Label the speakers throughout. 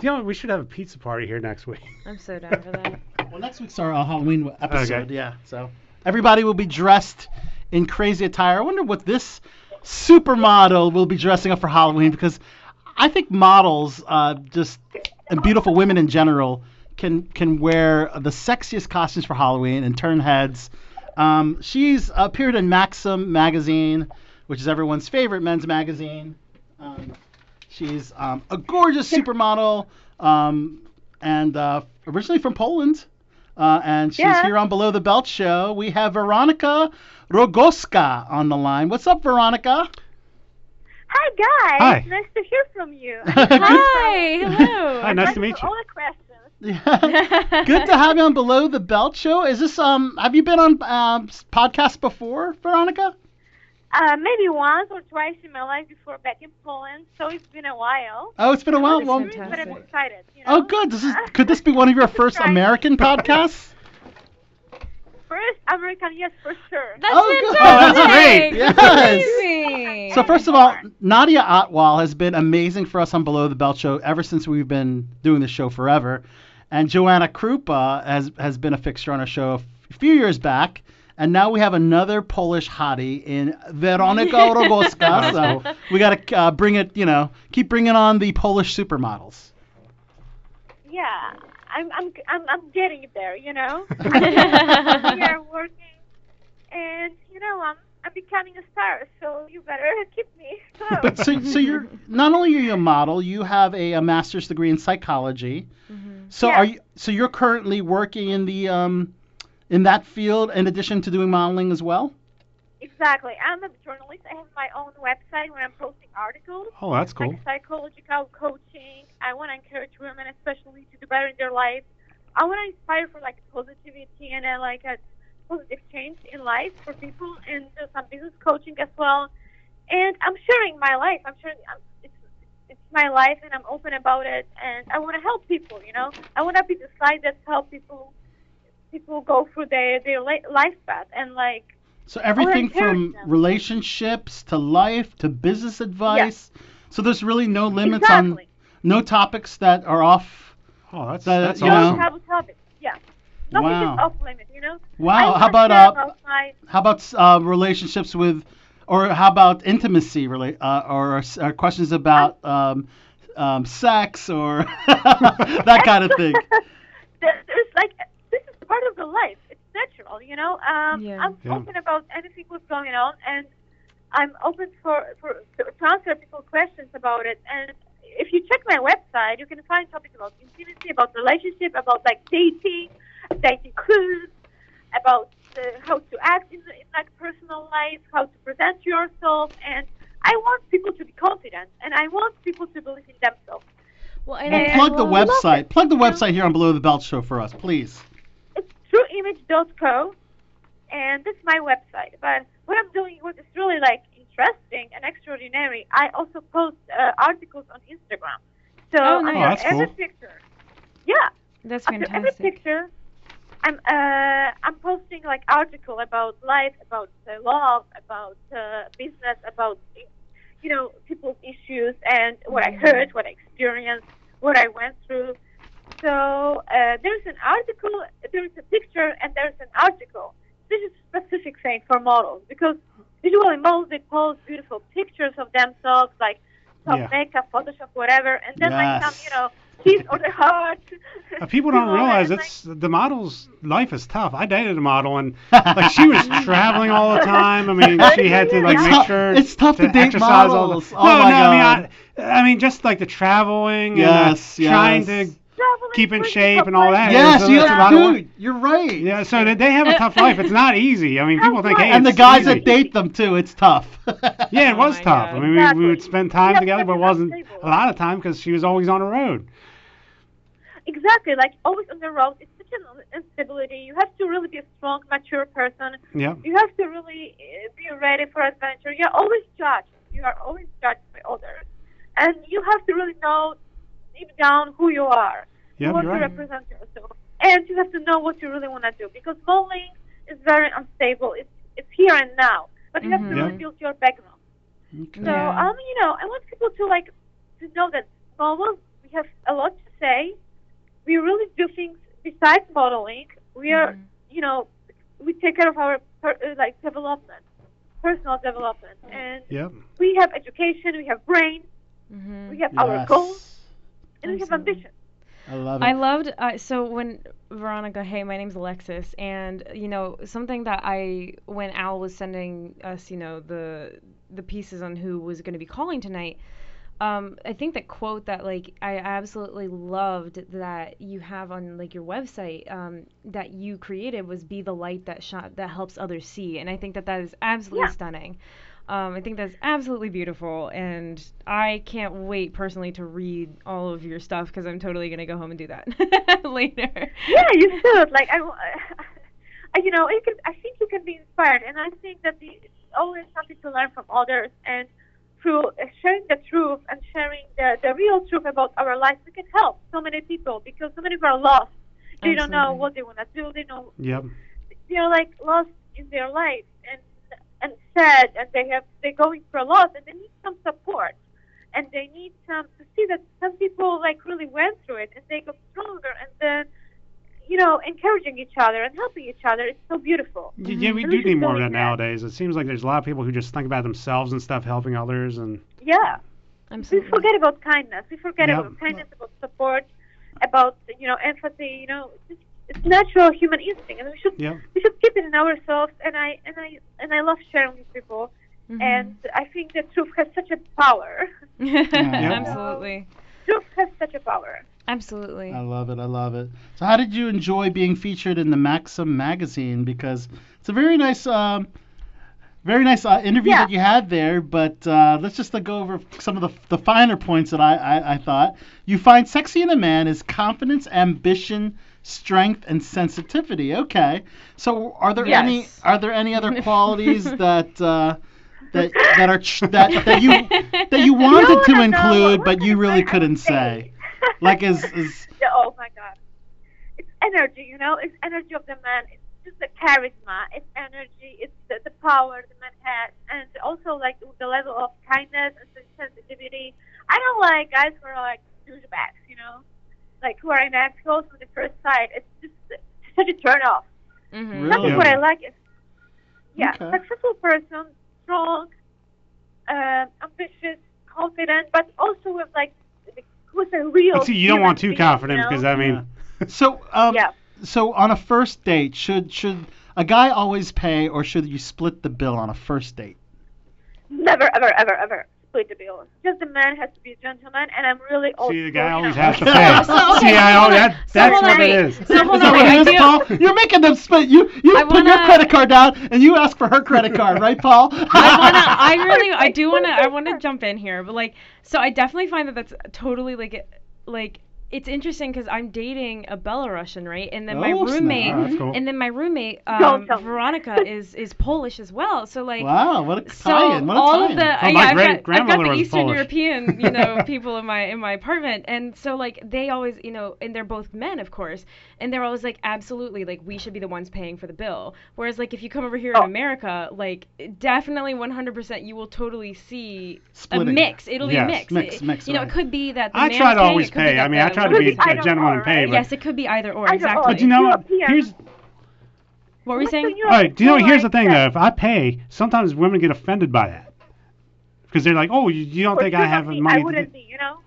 Speaker 1: you know what? We should have a pizza party here next week.
Speaker 2: I'm so down for that.
Speaker 3: Well, next week's our uh, Halloween episode.
Speaker 1: Okay.
Speaker 3: Yeah, so everybody will be dressed in crazy attire. I wonder what this supermodel will be dressing up for Halloween because I think models, uh, just and beautiful women in general, can can wear the sexiest costumes for Halloween and turn heads. Um, she's appeared in Maxim magazine, which is everyone's favorite men's magazine. Um, she's um, a gorgeous supermodel, um, and uh, originally from Poland. Uh, and she's
Speaker 2: Yeah.
Speaker 3: here on Below the Belt show. We have Veronica Rogoska on the line. What's up, Veronica?
Speaker 4: Hi guys,
Speaker 1: Hi.
Speaker 4: nice to hear from you.
Speaker 2: Hi, hello.
Speaker 1: Hi, nice to meet
Speaker 4: for
Speaker 1: you.
Speaker 4: all the questions.
Speaker 3: Yeah. Good to have you on Below the Belt show. Is this um? Have you been on um s- podcasts before, Veronica?
Speaker 4: Uh, maybe once or twice in my life before back in Poland, so it's been a while.
Speaker 3: Oh, it's been a while.
Speaker 4: I'm
Speaker 2: That's
Speaker 3: Well,
Speaker 4: curious, but I'm
Speaker 2: fantastic.
Speaker 4: excited. You know?
Speaker 3: oh, good. This is. Could this be one of your first
Speaker 4: Right.
Speaker 3: American podcasts?
Speaker 4: First American, yes, for sure.
Speaker 2: That's
Speaker 3: Oh, good.
Speaker 2: fantastic.
Speaker 1: Oh, that's
Speaker 3: great.
Speaker 2: That's
Speaker 3: Yes.
Speaker 2: amazing.
Speaker 3: So first of all, Nadia Otwal has been amazing for us on Below the Belt show ever since we've been doing this show forever, and Joanna Krupa has has been a fixture on our show a few years back, and now we have another Polish hottie in Veronika Rogoska. so we got to uh, bring it, you know, keep bringing on the Polish supermodels.
Speaker 4: Yeah, I'm, I'm, I'm, I'm getting there. You know, we
Speaker 2: yeah.
Speaker 4: are working, and you know, I'm, I'm becoming a star. So you better keep me close.
Speaker 3: But so, so you're not only are you a model, you have a, a master's degree in psychology.
Speaker 2: Mm-hmm.
Speaker 3: So
Speaker 4: Yeah.
Speaker 3: are you? So you're currently working in the um, in that field in addition to doing modeling as well.
Speaker 4: Exactly. I'm a journalist. I have my own website where I'm posting articles.
Speaker 1: Oh, that's cool.
Speaker 4: like psychological coaching. I want to encourage women, especially, to do better in their life. I want to inspire for like positivity and uh, like a positive change in life for people, and do some business coaching as well. And I'm sharing my life. I'm sharing. I'm, it's, it's my life, and I'm open about it. And I want to help people. You know, I want to be the side that help people. People go through their their li- life path and like
Speaker 3: So everything from
Speaker 4: encouragement.
Speaker 3: relationships to life to business advice. So there's really no limits on
Speaker 4: exactly.
Speaker 3: no topics that are off.
Speaker 1: Oh, that's
Speaker 3: That-
Speaker 1: that's
Speaker 3: you
Speaker 4: No
Speaker 1: awesome.
Speaker 3: know-
Speaker 4: taboo topics. Yeah. Nothing
Speaker 3: Wow.
Speaker 4: is off limit, you know? I
Speaker 3: Wow.
Speaker 4: wanna
Speaker 3: how about
Speaker 4: share
Speaker 3: uh,
Speaker 4: about my-
Speaker 3: how about uh, relationships with, or how about intimacy rela- uh, or, or questions about um, um, sex or that kind of thing.
Speaker 4: there- there's like this is part of the life. It's natural, you know. Um,
Speaker 2: Yeah.
Speaker 4: I'm
Speaker 1: Yeah.
Speaker 4: open about anything what's going on, and I'm open for, for to to answer people's questions about it. And if you check my website, you can find topics about intimacy, about relationship, about like dating, dating clues, about uh, how to act in, in like personal life, how to present yourself, and I want people to be confident, and I want people to believe in themselves.
Speaker 2: Well, and
Speaker 3: Well,
Speaker 2: I
Speaker 3: plug the
Speaker 2: love-
Speaker 3: website. Plug the website here on Below the Belt Show for us, please.
Speaker 4: it's trueimage.co, and that's my website. But what I'm doing, what is really like interesting and extraordinary, I also post uh, articles on Instagram. So
Speaker 2: Oh, nice.
Speaker 4: under
Speaker 2: Oh,
Speaker 1: that's
Speaker 4: every
Speaker 1: cool.
Speaker 4: picture, yeah,
Speaker 2: That's
Speaker 4: under every
Speaker 2: fantastic.
Speaker 4: picture, I'm uh, I'm posting like article about life, about uh, love, about uh, business, about you know people's issues and what I heard, what I experienced, what I went through. So uh, there's an article, there's a picture, and there's an article. This is a specific thing for models because usually models they post beautiful pictures of themselves, like some
Speaker 1: Yeah.
Speaker 4: makeup, Photoshop, whatever, and then like some
Speaker 3: Yes.
Speaker 4: you know kiss or the heart.
Speaker 1: Uh, people don't
Speaker 4: People are
Speaker 1: realize
Speaker 4: like-
Speaker 1: it's the model's life is tough. I dated a model and like she was traveling all the time. I mean, she had to like
Speaker 4: It's
Speaker 1: make
Speaker 3: tough-
Speaker 1: sure
Speaker 3: it's tough to date
Speaker 1: exercise all
Speaker 3: models.
Speaker 1: the,
Speaker 3: Oh
Speaker 1: no,
Speaker 3: my
Speaker 1: no, I
Speaker 3: God.
Speaker 1: mean, I, I mean, just like the traveling
Speaker 3: Yes,
Speaker 1: and uh, trying
Speaker 3: yes.
Speaker 1: to.
Speaker 4: Traveling
Speaker 1: Keep in
Speaker 4: for
Speaker 1: shape and all that.
Speaker 4: different
Speaker 3: Yes,
Speaker 1: so
Speaker 3: you,
Speaker 1: that's a lot of work.
Speaker 3: dude, you're right.
Speaker 1: Yeah, so they- they have a tough life. It's not easy. I mean, people think, hey,
Speaker 3: And the
Speaker 1: it's
Speaker 3: guys
Speaker 1: easy.
Speaker 3: that date them too, it's tough.
Speaker 1: Yeah, it
Speaker 2: Oh
Speaker 1: was
Speaker 2: my
Speaker 1: tough.
Speaker 2: God.
Speaker 1: I mean, we,
Speaker 4: Exactly.
Speaker 1: we would spend time
Speaker 4: Yeah,
Speaker 1: together,
Speaker 4: but
Speaker 1: but it
Speaker 4: it's
Speaker 1: wasn't
Speaker 4: unstable.
Speaker 1: a lot of time because she was always on the road.
Speaker 4: Exactly, like always on the road. It's such an instability. You have to really be a strong, mature person.
Speaker 1: Yeah.
Speaker 4: You have to really uh, be ready for adventure. You're always judged. You are always judged by others, and you have to really know deep down who you are,
Speaker 1: Yeah,
Speaker 4: what
Speaker 1: you're
Speaker 4: you
Speaker 1: right.
Speaker 4: represent yourself, and you have to know what you really want to do because modeling is very unstable. It's it's here and now, but you have to
Speaker 2: Mhm.
Speaker 4: really
Speaker 1: Mm-hmm. Yeah.
Speaker 4: build your background. So
Speaker 2: Yeah.
Speaker 4: um, you know, I want people to like to know that models we have a lot to say we really do things besides modeling. We are,
Speaker 2: Mhm.
Speaker 4: you know, we take care of our per, uh, like development, personal development, and
Speaker 1: Yep.
Speaker 4: we have education, we have brain,
Speaker 2: Mhm.
Speaker 4: we have our goals, and we have
Speaker 2: Absolutely.
Speaker 4: ambition.
Speaker 3: I love it.
Speaker 2: I loved uh, so when Veronica, hey, my name's Alexis, and you know something that I when Al was sending us, you know the the pieces on who was going to be calling tonight. Um, I think that quote that like I absolutely loved that you have on like your website um, that you created was be the light that shot that helps others see, and I think that that is absolutely
Speaker 4: Yeah.
Speaker 2: stunning. Um, I think that's absolutely beautiful, and I can't wait personally to read all of your stuff because I'm totally gonna go home and do that later.
Speaker 4: yeah, you should. Like I, I- you know, you can. I think you can be inspired, and I think that the, it's always something to learn from others. And through uh, sharing the truth and sharing the the real truth about our life, we can help so many people because so many people are lost. They don't know
Speaker 2: Absolutely.
Speaker 4: what they want to do. They know
Speaker 1: Yep.
Speaker 4: they're like lost in their life and and sad, and they have they're going through a lot, and they need some support, and they need some to see that some people like really went through it, and they got stronger, and then you know encouraging each other and helping each other. It's so beautiful.
Speaker 1: Y- Yeah, we
Speaker 4: Mhm.
Speaker 1: do need more of
Speaker 4: Really
Speaker 1: that
Speaker 4: good.
Speaker 1: nowadays. It seems like there's a lot of people who just think about themselves and stuff, helping others, and
Speaker 4: Yeah, we
Speaker 2: Absolutely.
Speaker 4: forget about kindness. We forget
Speaker 1: Yeah.
Speaker 4: about kindness, about support, about you know empathy. You know, it's, it's natural human instinct, and we should
Speaker 1: yeah,
Speaker 4: we should keep it in ourselves. And I and I and I love sharing with people.
Speaker 2: Mhm.
Speaker 4: and I think that truth has such a power.
Speaker 2: Absolutely.
Speaker 4: Truth has such a power.
Speaker 2: Absolutely.
Speaker 3: I love it. I love it. So, how did you enjoy being featured in the Maxim magazine? Because it's a very nice, um, very nice uh, interview
Speaker 4: Yeah.
Speaker 3: that you had there. But uh, let's just like, go over some of the, the finer points that I, I, I thought. You find sexy in a man is confidence, ambition, strength, and sensitivity. Okay. So, are there any
Speaker 2: Yes.
Speaker 3: are there any other qualities that uh, that that are tr- that, that you that you wanted
Speaker 4: No,
Speaker 3: to
Speaker 4: no, no,
Speaker 3: include
Speaker 4: what
Speaker 3: but
Speaker 4: can
Speaker 3: you
Speaker 4: I
Speaker 3: really
Speaker 4: say? I
Speaker 3: couldn't
Speaker 4: would
Speaker 3: say? Like, is, is
Speaker 4: Yeah, oh my God, it's energy. You know, it's energy of the man. It's just the charisma. It's energy. It's the, the power the man has, and also like the level of kindness and sensitivity. I don't like guys who are like douchebags. You know, like who are in assholes from the first sight. It's just it's such a turn off.
Speaker 2: Mhm.
Speaker 3: Really?
Speaker 4: That's
Speaker 1: Yeah.
Speaker 4: what I like. Is, yeah,
Speaker 3: Okay.
Speaker 4: successful person, strong, um, ambitious, confident, but also with like with a real.
Speaker 1: But see, you don't
Speaker 4: human
Speaker 1: want too
Speaker 4: being,
Speaker 1: confident
Speaker 4: you know?
Speaker 1: because I mean,
Speaker 3: So, um,
Speaker 4: Yeah.
Speaker 3: so on a first date, should should a guy always pay, or should you split the bill on a first date?
Speaker 4: Never, ever, ever, ever split the bill. Just the man has to be a gentleman, and I'm really old.
Speaker 1: see, the
Speaker 4: school,
Speaker 1: guy
Speaker 4: you
Speaker 1: always
Speaker 4: know.
Speaker 1: has to pay.
Speaker 3: Yeah,
Speaker 1: see,
Speaker 3: so-
Speaker 2: okay, so
Speaker 1: I
Speaker 2: hold
Speaker 1: always,
Speaker 2: on.
Speaker 1: that,
Speaker 2: So
Speaker 1: that's
Speaker 2: hold
Speaker 1: what
Speaker 2: on,
Speaker 1: it
Speaker 2: wait.
Speaker 1: is.
Speaker 2: So hold
Speaker 3: Is
Speaker 2: on,
Speaker 3: that what
Speaker 2: wait, I
Speaker 3: it is,
Speaker 2: do-
Speaker 3: Paul? You're making them split. You you
Speaker 2: I
Speaker 3: put your
Speaker 2: wanna-
Speaker 3: credit card down, and you ask for her credit card, right, Paul?
Speaker 2: I wanna, I really, I do wanna, I wanna jump in here, but like, so I definitely find that that's totally like, it- like, it's interesting because I'm dating a Belarusian, right? And then my
Speaker 3: Oh, snap.
Speaker 2: roommate,
Speaker 1: Oh, that's cool.
Speaker 2: and then my roommate,
Speaker 4: Don't
Speaker 2: um,
Speaker 4: tell me.
Speaker 2: Veronica is is Polish as well. So like,
Speaker 3: Wow, what a
Speaker 2: so
Speaker 3: tie-in! What a
Speaker 2: all of
Speaker 3: tie-in.
Speaker 2: the
Speaker 1: Oh,
Speaker 2: yeah,
Speaker 1: my
Speaker 2: I've,
Speaker 1: great
Speaker 2: got, I've got
Speaker 1: grandmother
Speaker 2: the
Speaker 1: was
Speaker 2: Eastern
Speaker 1: Polish.
Speaker 2: European you know people in my in my apartment and so like they always you know and they're both men of course and they're always like absolutely like we should be the ones paying for the bill whereas like if you come over here
Speaker 4: Oh.
Speaker 2: in America like definitely 100% you will totally see a
Speaker 3: Splitting.
Speaker 2: mix it'll
Speaker 1: Yes.
Speaker 2: be mixed
Speaker 3: Mix,
Speaker 2: It-
Speaker 3: mix,
Speaker 2: you know
Speaker 3: right.
Speaker 2: it could be that the
Speaker 1: I
Speaker 2: man's
Speaker 1: try to
Speaker 2: paying,
Speaker 1: always
Speaker 2: it could be
Speaker 1: pay.
Speaker 2: that
Speaker 1: I mean, I
Speaker 2: the
Speaker 1: try to be
Speaker 2: woman's
Speaker 4: I
Speaker 1: a
Speaker 2: paying.
Speaker 4: don't
Speaker 1: gentleman
Speaker 4: know,
Speaker 1: and pay,
Speaker 4: right?
Speaker 1: but,
Speaker 2: yes it could be either or
Speaker 4: I don't know.
Speaker 2: exactly
Speaker 1: but you know what?
Speaker 4: European.
Speaker 1: Here's
Speaker 2: what were you saying
Speaker 1: all right. Do you know? Here's the thing though. If I pay, sometimes women get offended by that because they're like, "Oh, you, you don't think I have
Speaker 4: me,
Speaker 1: money?"
Speaker 4: I
Speaker 1: to do-"
Speaker 4: wouldn't be, you know.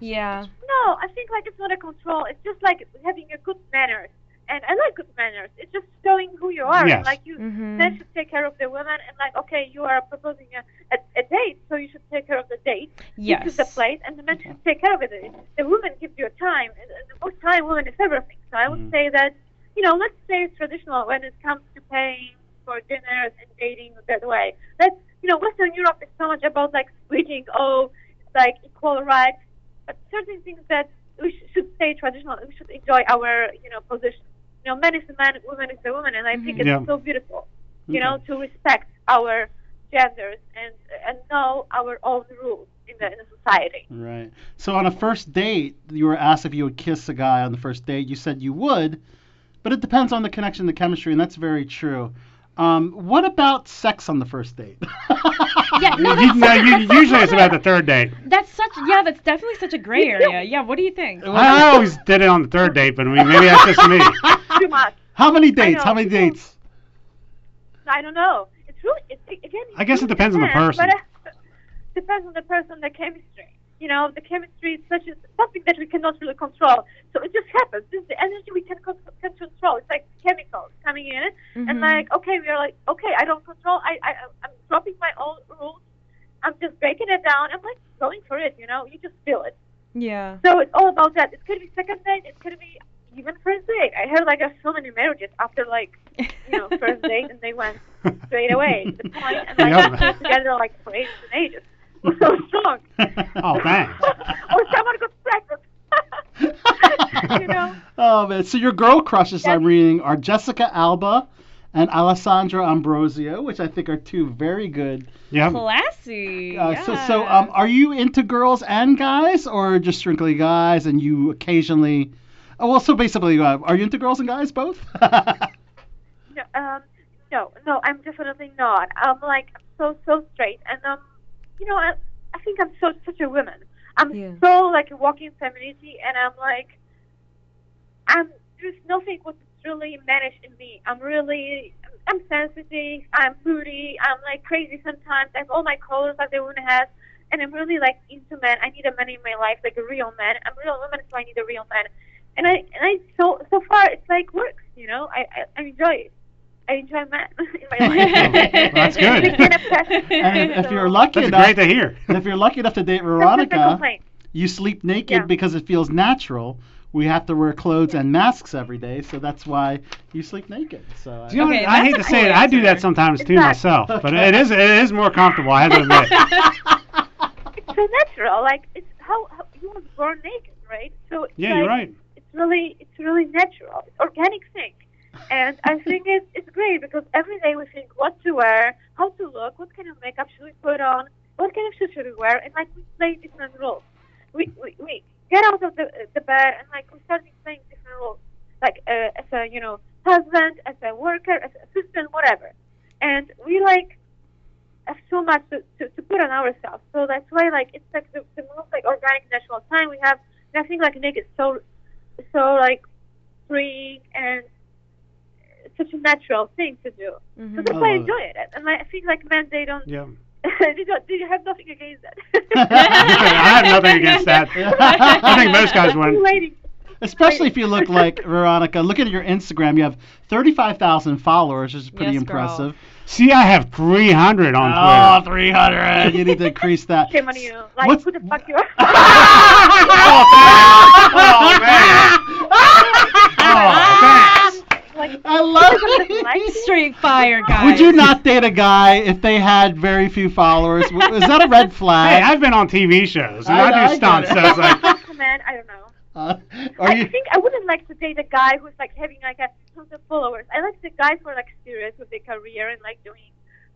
Speaker 2: yeah
Speaker 4: No, I think like it's not a control. It's just like having a good manners, and I like good manners. It's just showing who you are.
Speaker 1: Yes.
Speaker 4: Like you
Speaker 2: Mhm.
Speaker 4: men should take care of the women, and like okay, you are proposing a, a, a date, so you should take care of the date.
Speaker 2: yes
Speaker 4: This is the place, and the men should take care of it. The women give you time, and and the more time, women is everything. So I would say that you know, let's say it's traditional when it comes to paying for dinners and dating that way. Let's you know, Western Europe is so much about like switching, oh, it's like equal rights, but certain things that we sh- should stay traditional. We should enjoy our you know position. You know, man is a man, woman is a woman, and I think
Speaker 1: Mhm.
Speaker 4: it's
Speaker 1: Yeah.
Speaker 4: so beautiful. You know, to respect our genders and and know our own rules in the in the society.
Speaker 3: Right. So on a first date, you were asked if you would kiss a guy on the first date. You said you would, but it depends on the connection, the chemistry, and that's very true. Um, what about sex on the first date?
Speaker 2: Yeah, no,
Speaker 1: You-
Speaker 2: that's,
Speaker 1: no,
Speaker 2: such,
Speaker 1: you, usually it's about the third date.
Speaker 2: that's such. Yeah, that's definitely such a gray area. Yeah, what do you think?
Speaker 1: I always did it on the third date, but I mean, maybe that's just me.
Speaker 4: too much.
Speaker 3: How many dates?
Speaker 4: know.
Speaker 3: How many dates?
Speaker 4: I don't know. It's really it's, again.
Speaker 1: I guess it depends on the person.
Speaker 4: But it depends on the person, the chemistry. You know, the chemistry is such a, something that we cannot really control. So it just happens. This is the energy we can, con- can control. It's like chemicals coming in, and
Speaker 2: Mhm.
Speaker 4: like okay, we are like okay, I don't control. I I I'm dropping my own rules. I'm just breaking it down. I'm like going for it. You know, you just feel it.
Speaker 2: Yeah.
Speaker 4: So it's all about that. It could be second date. It could be even first date. I heard like a so many marriages after like you know first date and they went straight away to the point and like
Speaker 1: Yeah.
Speaker 4: stayed together like for ages and ages. It was so strong.
Speaker 1: Oh, thanks.
Speaker 4: or someone got pregnant. you know.
Speaker 3: Oh man! So your girl crushes I'm reading are Jessica Alba and Alessandra Ambrosio, which I think are two very good.
Speaker 1: Yeah.
Speaker 2: Classy.
Speaker 3: Uh,
Speaker 2: yeah.
Speaker 3: So, so um, are you into girls and guys, or just strictly guys? And you occasionally, oh well. So basically, uh, are you into girls and guys both?
Speaker 4: No, um, no, no, I'm definitely not. I'm like I'm so so straight, and um, you know, I, I think I'm so such a woman. I'm
Speaker 2: Yeah.
Speaker 4: so like a walking femininity, and I'm like, I'm there's nothing what's really managed in me. I'm really, I'm sensitive. I'm moody. I'm like crazy sometimes. I have all my colors that they wouldn't have. And I'm really like into men. I need a man in my life, like a real man. I'm a real woman, so I need a real man. And I and I so so far it's like works, you know. I I, I enjoy it. I enjoy men in my life.
Speaker 1: that's good.
Speaker 4: It's been a passion.
Speaker 3: and if, if
Speaker 4: So-
Speaker 3: you're lucky
Speaker 1: That's
Speaker 3: enough,
Speaker 1: great to hear.
Speaker 3: if you're lucky enough to date
Speaker 4: Sometimes I
Speaker 3: Veronica,
Speaker 4: complain.
Speaker 3: you sleep naked
Speaker 4: Yeah.
Speaker 3: because it feels natural. We have to wear clothes and masks every day, so that's why you sleep naked. So I-
Speaker 1: Do you know
Speaker 2: Okay,
Speaker 1: what? I
Speaker 2: that's
Speaker 1: hate
Speaker 2: a
Speaker 1: to say
Speaker 2: cool
Speaker 1: it. I do that
Speaker 2: answer.
Speaker 1: sometimes too
Speaker 4: Exactly.
Speaker 1: myself, but it is it is more comfortable. I have to admit.
Speaker 4: It's so natural. Like it's how, how you were born naked, right? So it's
Speaker 1: Yeah, you're
Speaker 4: like-
Speaker 1: right.
Speaker 4: it's really it's really natural it's organic thing and i think it's, it's great because every day we think what to wear how to look what kind of makeup should we put on what kind of shoes should we wear and like we play different roles we we, we get out of the, the bed and like we start playing different roles like uh, as a you know husband as a worker as an assistant whatever and we like have so much to, to, to put on ourselves so that's why like it's like the, the most like organic natural time we have nothing like naked so so like free and such a natural thing to do. So
Speaker 2: Mhm.
Speaker 4: that's why I
Speaker 3: love it.
Speaker 4: enjoy it. And like, I think like men, they don't,
Speaker 1: Mm-hmm. Oh. Yeah.
Speaker 4: they don't, they have nothing against
Speaker 1: I
Speaker 4: that.
Speaker 1: have nothing against that. I think most guys
Speaker 4: I'm
Speaker 1: would.
Speaker 4: waiting.
Speaker 3: Especially if you look like Veronica. Look at your Instagram. You have 35,000 followers, which is pretty
Speaker 2: Yes, girl.
Speaker 3: impressive.
Speaker 1: See, I have 300 on Twitter.
Speaker 3: Oh, 300. You need to increase that.
Speaker 4: Shame on you. Like,
Speaker 3: What's-
Speaker 4: who the fuck you are?
Speaker 1: Oh, man. Oh, thanks.
Speaker 4: like,
Speaker 3: I love
Speaker 4: like
Speaker 3: it.
Speaker 2: Straight fire, guys.
Speaker 3: Would you not date a guy if they had very few followers? W- Is that a red
Speaker 1: Hey,
Speaker 3: flag?
Speaker 1: I've been on TV shows, and
Speaker 3: I
Speaker 1: I,
Speaker 3: know, I
Speaker 1: do stunts,
Speaker 3: get
Speaker 1: so
Speaker 3: it.
Speaker 1: it's like,
Speaker 4: man, I don't know.
Speaker 3: Uh,
Speaker 4: I
Speaker 3: are you?
Speaker 4: think I wouldn't like to date a guy who's like having like a tons of followers. I like the guys who are like serious with their career and like doing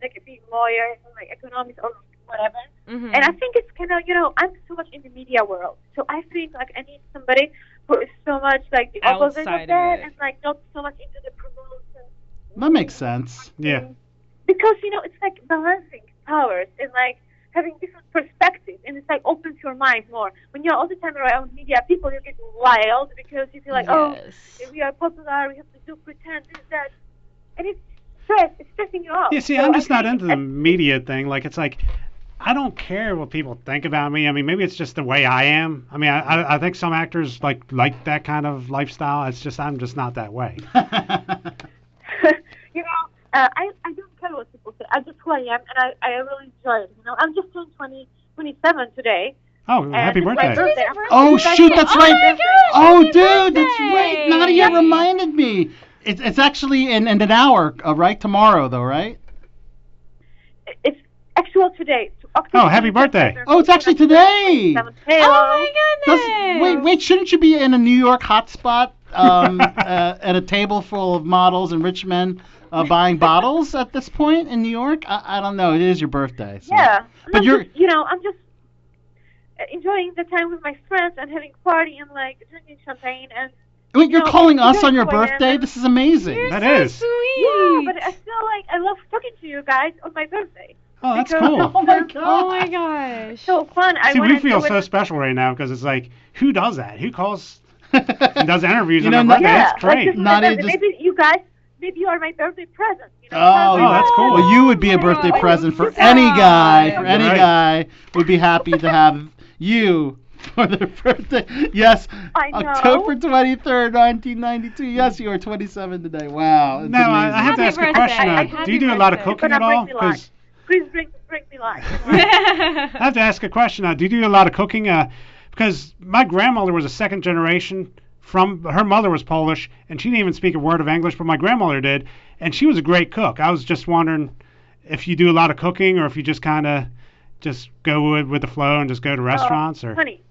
Speaker 4: like being lawyers and like economics or whatever.
Speaker 2: Mhm.
Speaker 4: And I think it's kind of, you know, I'm so much in the media world. So I think, like, I need somebody who is so much, like, the opposite
Speaker 2: Outside of
Speaker 4: of that
Speaker 2: it.
Speaker 4: and, like, not so much into the promotion.
Speaker 3: That makes sense.
Speaker 1: yeah.
Speaker 4: Because, you know, it's like balancing powers and, like, having different perspectives. And it's like opens your mind more. When you're all the time around media people, you get wild because you feel like, oh,
Speaker 2: Yes.
Speaker 4: we are popular, we have to do pretend this, that. And it's stress, it's stressing you out.
Speaker 1: Yeah, see,
Speaker 4: So
Speaker 1: I'm
Speaker 4: I
Speaker 1: just not
Speaker 4: think
Speaker 1: into the media thing. Like, it's like, I don't care what people think about me. I mean, maybe it's just the way I am. I mean, I, I, I think some actors like like that kind of lifestyle. It's just I'm just not that way.
Speaker 4: you know, uh, I, I don't care what people say. I'm just who I am, and I, I really enjoy it. You know, I'm just turned 20, 27 today.
Speaker 1: Oh, happy
Speaker 4: and My
Speaker 1: birthday!
Speaker 4: birthday.
Speaker 3: Oh shoot, that's right. Oh, dude, that's
Speaker 2: birthday.
Speaker 3: right. Nadia
Speaker 2: Yay.
Speaker 3: reminded me. It's it's actually in, in an hour, uh, right? Tomorrow, though, right?
Speaker 4: It's actual today. It's October
Speaker 1: Oh, happy
Speaker 4: 27th.
Speaker 1: birthday.
Speaker 3: Oh, it's actually today.
Speaker 4: Hello.
Speaker 2: Oh my
Speaker 3: Does-
Speaker 2: goodness.
Speaker 3: wait, wait, shouldn't you be in a New York hotspot um, uh, at a table full of models and rich men uh, buying bottles at this point in New York? I, I don't know. It is your birthday. so-
Speaker 4: Yeah.
Speaker 3: But
Speaker 4: I'm
Speaker 3: you're-
Speaker 4: just, you know, I'm just uh, enjoying the time with my friends and having party and like drinking champagne and
Speaker 3: Wait, you're
Speaker 4: No,
Speaker 3: calling
Speaker 4: it's-
Speaker 3: us on your
Speaker 4: it's like-
Speaker 3: birthday? This is amazing.
Speaker 2: You're
Speaker 1: That
Speaker 2: so
Speaker 1: is.
Speaker 2: sweet.
Speaker 4: Yeah, but I feel like I love talking to you guys on my birthday.
Speaker 1: Oh, that's
Speaker 4: Because-
Speaker 1: cool.
Speaker 3: Oh my
Speaker 4: It's
Speaker 2: oh
Speaker 3: god.
Speaker 2: my gosh.
Speaker 4: So fun. I
Speaker 1: See,
Speaker 4: wanna
Speaker 1: we feel
Speaker 4: do it
Speaker 1: so
Speaker 4: with-
Speaker 1: special right now because it's like, who does that? Who calls and does interviews
Speaker 3: You
Speaker 1: on
Speaker 3: know,
Speaker 1: their
Speaker 3: not-
Speaker 1: birthday?
Speaker 4: Yeah,
Speaker 1: That's great.
Speaker 4: Like, this is
Speaker 3: Not
Speaker 4: my
Speaker 3: even
Speaker 4: birthday.
Speaker 3: just-
Speaker 4: Maybe you guys, maybe you are my birthday present. You know,
Speaker 3: Oh,
Speaker 4: probably.
Speaker 1: that's cool.
Speaker 3: Well, you would be a birthday
Speaker 2: Oh,
Speaker 3: present for
Speaker 2: stop.
Speaker 3: any guy. For any
Speaker 1: Right.
Speaker 3: guy, would be happy to have you for their birthday. Yes,
Speaker 4: I know.
Speaker 3: October twenty third, nineteen ninety two. Yes, you are twenty seven today. Wow. it's
Speaker 1: No, I, I have to
Speaker 2: Happy
Speaker 1: ask a
Speaker 2: birthday.
Speaker 1: question.
Speaker 4: I- I-
Speaker 1: Uh, do
Speaker 2: happy
Speaker 1: you do a lot of
Speaker 2: birthday.
Speaker 1: cooking
Speaker 4: Gonna
Speaker 1: at all?
Speaker 4: break me lock.
Speaker 1: 'Cause
Speaker 4: Please bring bring me life.
Speaker 1: I have to ask a question. Uh, do you do a lot of cooking? Uh, because my grandmother was a second generation from her mother was Polish and she didn't even speak a word of English, but my grandmother did, and she was a great cook. I was just wondering if you do a lot of cooking or if you just kind of just go with, with the flow and just go to restaurants or
Speaker 4: Oh, Honey,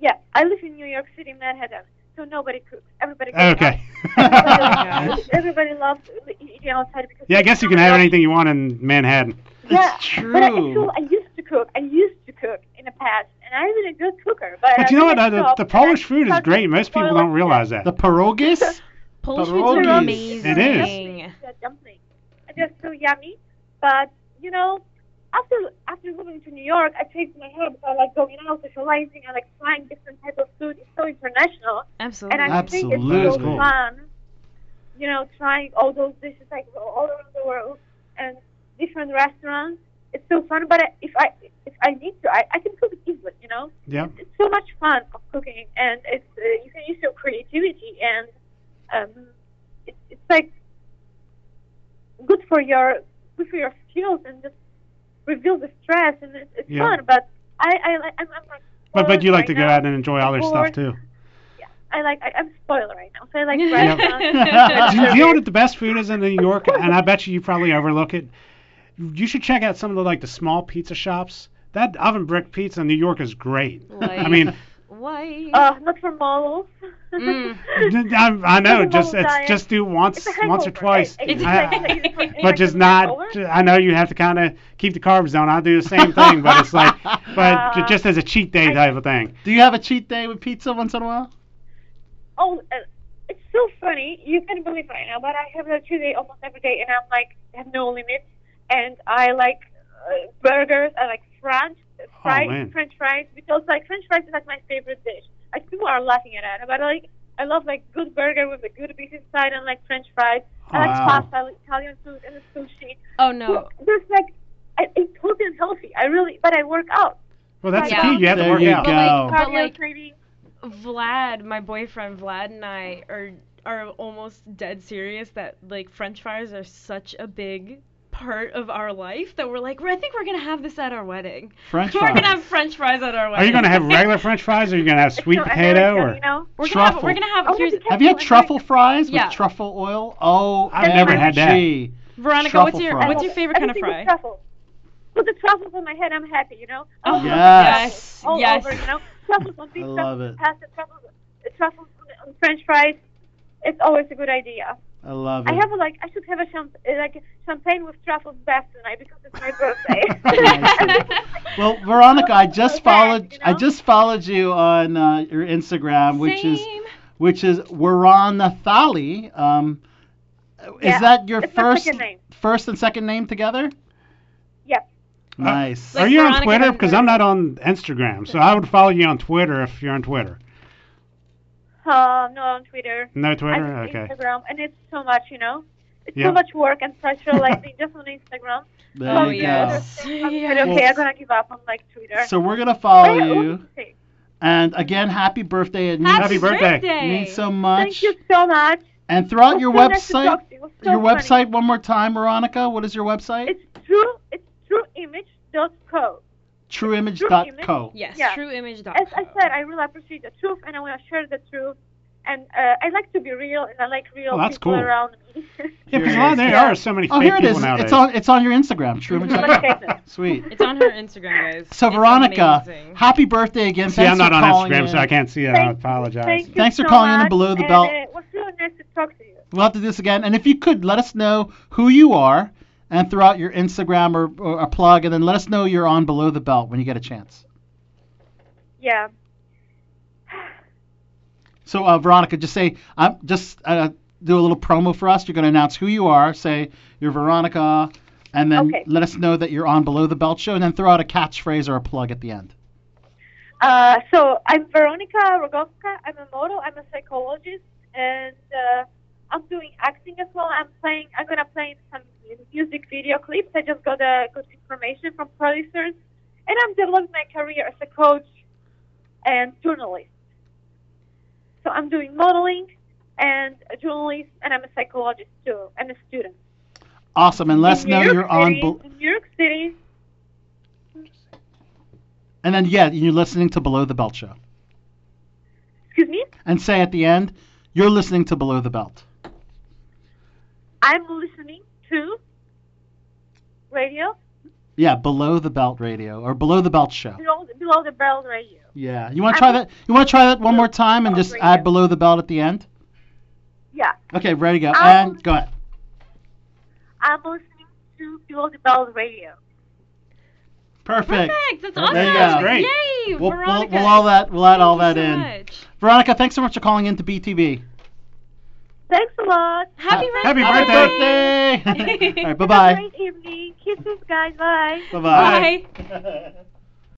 Speaker 4: yeah, I live in New York City, Manhattan, so nobody cooks. Everybody cooks.
Speaker 1: okay.
Speaker 4: Everybody,
Speaker 2: gosh.
Speaker 4: loves- everybody loves eating outside because.
Speaker 1: yeah, I guess you can have anything you want in Manhattan.
Speaker 4: Yeah,
Speaker 3: It's
Speaker 4: But I,
Speaker 3: true.
Speaker 4: actually, I used to cook. I used to cook in the past, and I was a good cooker. But,
Speaker 1: But
Speaker 4: I
Speaker 1: you know what?
Speaker 4: really
Speaker 1: Uh, the,
Speaker 4: stopped,
Speaker 1: the
Speaker 4: and I
Speaker 1: Polish food is
Speaker 4: started
Speaker 1: great. Most people
Speaker 4: spoiling
Speaker 1: don't realize that.
Speaker 3: The pierogies.
Speaker 2: Polish foods
Speaker 3: Pierogies.
Speaker 2: are
Speaker 1: It
Speaker 2: amazing.
Speaker 1: is.
Speaker 4: dumplings, uh, dumplings. They're so yummy. But you know, after after moving to New York, I changed my habits. I like going out, socializing. I like trying different types of food. It's so international,
Speaker 2: Absolutely.
Speaker 4: and I think it's so
Speaker 1: Absolutely.
Speaker 4: fun. You know, trying all those dishes like all around the world and different restaurants. It's so fun. But I- if I if I need to, I, I can cook easily. You know
Speaker 1: Yeah.
Speaker 4: it's so much fun of cooking, and it's uh, you can use your creativity, and um, it's it's like good for your good for your skills and just reveal the stress, and it's, it's
Speaker 1: Yeah.
Speaker 4: fun. But I I like I'm, I'm like
Speaker 1: But but you
Speaker 4: spoiled
Speaker 1: like to
Speaker 4: right
Speaker 1: go
Speaker 4: now.
Speaker 1: out and enjoy all their stuff
Speaker 4: Bored.
Speaker 1: too.
Speaker 4: I like I, I'm spoiled right now, so I like
Speaker 2: Yeah.
Speaker 4: restaurants.
Speaker 1: Do you know what the best food is in New York? And I bet you you probably overlook it. You should check out some of the like the small pizza shops. That oven brick pizza in New York is great. I mean,
Speaker 2: Why?
Speaker 4: Uh, not for models.
Speaker 2: Mm.
Speaker 1: I, I know
Speaker 4: It's a
Speaker 1: just
Speaker 4: whole
Speaker 1: it's
Speaker 4: diet.
Speaker 1: just do once
Speaker 4: It's a
Speaker 1: once
Speaker 4: hangover.
Speaker 1: or twice,
Speaker 4: It- it's
Speaker 1: I-
Speaker 4: like- it's like- it's like-
Speaker 1: but just
Speaker 4: it's
Speaker 1: not.
Speaker 4: hangover.
Speaker 1: I know you have to kind of keep the carbs down. I do the same thing, but it's like, but ju-
Speaker 4: Uh,
Speaker 1: just as a cheat day
Speaker 4: I-
Speaker 1: type of thing.
Speaker 3: Do you have a cheat day with pizza once in a while?
Speaker 4: Oh, uh, it's so funny. You can believe right now, but I have a Tuesday almost every day, and I'm like have no limits. And I like uh, burgers. I like French fries,
Speaker 1: Oh, man.
Speaker 4: French fries, because like French fries is like my favorite dish. Like people are laughing at it, but like I love like good burger with a good beef inside, and like French fries. I
Speaker 1: Wow.
Speaker 4: like pasta, I like Italian food, and sushi.
Speaker 2: oh no.
Speaker 4: There's like I, it's totally unhealthy. I really, but I work out.
Speaker 1: Well, that's
Speaker 2: Yeah.
Speaker 1: the key. You have to
Speaker 3: There
Speaker 1: work
Speaker 3: you
Speaker 1: out.
Speaker 2: But
Speaker 3: Go.
Speaker 2: like, but
Speaker 4: Cardio
Speaker 2: like
Speaker 4: training.
Speaker 2: Vlad, my boyfriend Vlad and I are are almost dead serious that like French fries are such a big part of our life that we're like, we're, I think we're gonna have this at our wedding.
Speaker 3: French
Speaker 2: we're
Speaker 3: fries.
Speaker 2: gonna have French fries at our wedding.
Speaker 1: Are you gonna have regular French fries, or are you gonna have
Speaker 4: It's
Speaker 1: sweet
Speaker 4: so
Speaker 1: potato,
Speaker 4: American,
Speaker 1: or
Speaker 4: you know?
Speaker 2: We're gonna have.
Speaker 3: Truffle.
Speaker 2: We're gonna have.
Speaker 4: Oh,
Speaker 2: here's
Speaker 4: that's
Speaker 3: Have you had
Speaker 4: American.
Speaker 3: truffle fries with
Speaker 2: Yeah.
Speaker 3: truffle oil? Oh,
Speaker 1: I've
Speaker 3: oh,
Speaker 1: never
Speaker 3: my
Speaker 1: had that.
Speaker 3: gee.
Speaker 2: Veronica,
Speaker 3: truffle
Speaker 2: what's your
Speaker 3: fries.
Speaker 2: what's your favorite kind of
Speaker 4: Everything
Speaker 2: fry?
Speaker 4: with truffle. Put the truffles on my head, I'm happy, you know?
Speaker 2: Oh,
Speaker 4: All
Speaker 3: Yes.
Speaker 4: over, All
Speaker 2: yes.
Speaker 4: over, you know? Truffles on pizza,
Speaker 3: love it.
Speaker 4: pasta, truffles, truffles on- on french fries. It's always a good idea.
Speaker 3: I love it.
Speaker 4: I have a, like, I should have a champ- uh, like champagne with truffles bath tonight because it's my birthday.
Speaker 3: Well, Veronica, I just
Speaker 4: Okay,
Speaker 3: followed.
Speaker 4: you
Speaker 3: I
Speaker 4: know?
Speaker 3: just followed you on uh, your Instagram, which is
Speaker 2: Same.
Speaker 3: which is Waranathali. Um,
Speaker 4: Yeah,
Speaker 3: is that your
Speaker 4: it's my
Speaker 3: first
Speaker 4: second name.
Speaker 3: first and second name together?
Speaker 4: yeah.
Speaker 3: Nice.
Speaker 1: are
Speaker 2: Like
Speaker 1: you on
Speaker 2: Veronica
Speaker 1: Twitter?
Speaker 2: Van
Speaker 1: Because
Speaker 2: Gogh.
Speaker 1: I'm not on Instagram, so I would follow you on Twitter if you're on Twitter.
Speaker 4: Uh, no, on Twitter.
Speaker 1: No Twitter,
Speaker 4: I just
Speaker 1: okay.
Speaker 4: Instagram, and it's so much, you know? It's
Speaker 1: Yeah.
Speaker 4: so much work and pressure, like, they just on Instagram.
Speaker 3: there
Speaker 2: Oh,
Speaker 3: you
Speaker 2: yes.
Speaker 4: I'm
Speaker 2: Yeah.
Speaker 4: like, okay,
Speaker 3: Well-
Speaker 4: I'm gonna give up on, like, Twitter.
Speaker 3: go. So we're gonna follow
Speaker 4: Wait, what
Speaker 3: you.
Speaker 4: did say?
Speaker 3: And again, happy birthday! It means,
Speaker 1: Happy birthday.
Speaker 3: means so
Speaker 4: Thank
Speaker 3: much.
Speaker 4: you so much.
Speaker 3: And throw out
Speaker 4: It
Speaker 3: your
Speaker 4: was so nice to
Speaker 3: website.
Speaker 4: talk to you. It was so
Speaker 3: Your
Speaker 4: funny.
Speaker 3: website one more time, Veronica. What is your website?
Speaker 4: It's true. It's trueimage.co.
Speaker 3: Trueimage.co.
Speaker 2: Yes.
Speaker 4: Yeah.
Speaker 2: Trueimage.com.
Speaker 4: As I said, I really appreciate the truth, and I want to share the truth. And uh, I like to be real, and I like real
Speaker 3: Oh,
Speaker 1: Well, that's
Speaker 4: people
Speaker 1: cool.
Speaker 4: around me.
Speaker 1: Yeah, because
Speaker 3: Here it is.
Speaker 1: there
Speaker 4: Yeah.
Speaker 1: are so many
Speaker 3: Oh,
Speaker 1: fake
Speaker 3: here it
Speaker 1: people
Speaker 3: is.
Speaker 1: nowadays.
Speaker 3: It's on. It's on your Instagram. Trueimage.co.
Speaker 4: Like I said.
Speaker 3: Sweet.
Speaker 2: It's on her Instagram, guys.
Speaker 3: So
Speaker 2: It's
Speaker 3: Veronica,
Speaker 2: amazing.
Speaker 3: happy birthday again!
Speaker 1: See,
Speaker 3: Thanks
Speaker 1: I'm not
Speaker 3: for
Speaker 1: on
Speaker 3: calling
Speaker 1: Instagram,
Speaker 3: in.
Speaker 1: so I can't see it. I
Speaker 4: Thank-
Speaker 1: apologize.
Speaker 4: Thank you
Speaker 3: Thanks for
Speaker 4: so
Speaker 3: calling in to
Speaker 4: much,
Speaker 3: Below the
Speaker 4: and,
Speaker 3: Belt.
Speaker 4: Uh, it was really nice to talk to you.
Speaker 3: We'll have to do this again. And if you could, let us know who you are and throw out your Instagram or, or a plug, and then let us know you're on Below the Belt when you get a chance.
Speaker 4: Yeah.
Speaker 3: So uh, Veronica, just say um, just uh, do a little promo for us. You're going to announce who you are. Say you're Veronica, and then
Speaker 4: Okay.
Speaker 3: let us know that you're on Below the Belt show, and then throw out a catchphrase or a plug at the end.
Speaker 4: Uh, so I'm Veronica Rogovka. I'm a model. I'm a psychologist, and uh, I'm doing acting as well. I'm playing. I'm gonna play in some music video clips. I just got a good information from producers, and I'm developing my career as a coach and journalist. So I'm doing modeling and a journalist, and I'm a psychologist too, and a student.
Speaker 3: Awesome, and let us
Speaker 4: In
Speaker 3: know
Speaker 4: New
Speaker 3: you're
Speaker 4: York
Speaker 3: on.
Speaker 4: City-
Speaker 3: Bel-
Speaker 4: in New York City.
Speaker 3: and then yeah, you're listening to Below the Belt show,
Speaker 4: Excuse me.
Speaker 3: and say at the end you're listening to Below the Belt.
Speaker 4: I'm listening to radio.
Speaker 3: Yeah, Below the Belt Radio or Below the Belt show.
Speaker 4: below, below the bell radio.
Speaker 3: Yeah, you want to
Speaker 4: I
Speaker 3: try
Speaker 4: was-
Speaker 3: that? You want to try that one more time and
Speaker 4: Belt
Speaker 3: just
Speaker 4: Radio.
Speaker 3: add Below the Belt at the end?
Speaker 4: Yeah,
Speaker 3: Okay, ready
Speaker 2: Um,
Speaker 3: to go.
Speaker 4: I
Speaker 3: And
Speaker 4: was-
Speaker 3: go ahead.
Speaker 4: I'm listening to below the bell radio.
Speaker 3: Perfect.
Speaker 2: Perfect. That's
Speaker 1: Well,
Speaker 2: awesome.
Speaker 3: there you go.
Speaker 1: Great.
Speaker 2: Yay,
Speaker 3: We'll, we'll,
Speaker 2: Veronica.
Speaker 3: we'll all that we'll add
Speaker 2: Thank
Speaker 3: all
Speaker 2: you
Speaker 3: that
Speaker 2: so
Speaker 3: in.
Speaker 2: much.
Speaker 3: Veronica, thanks so much for calling in to BTV.
Speaker 4: Thanks a lot.
Speaker 2: Happy,
Speaker 3: Ha-
Speaker 1: Happy
Speaker 2: birthday.
Speaker 3: birthday! all right, bye bye.
Speaker 4: Have a great evening. Kisses, guys. Bye.
Speaker 3: Bye
Speaker 2: Bye.
Speaker 1: Bye.
Speaker 3: bye.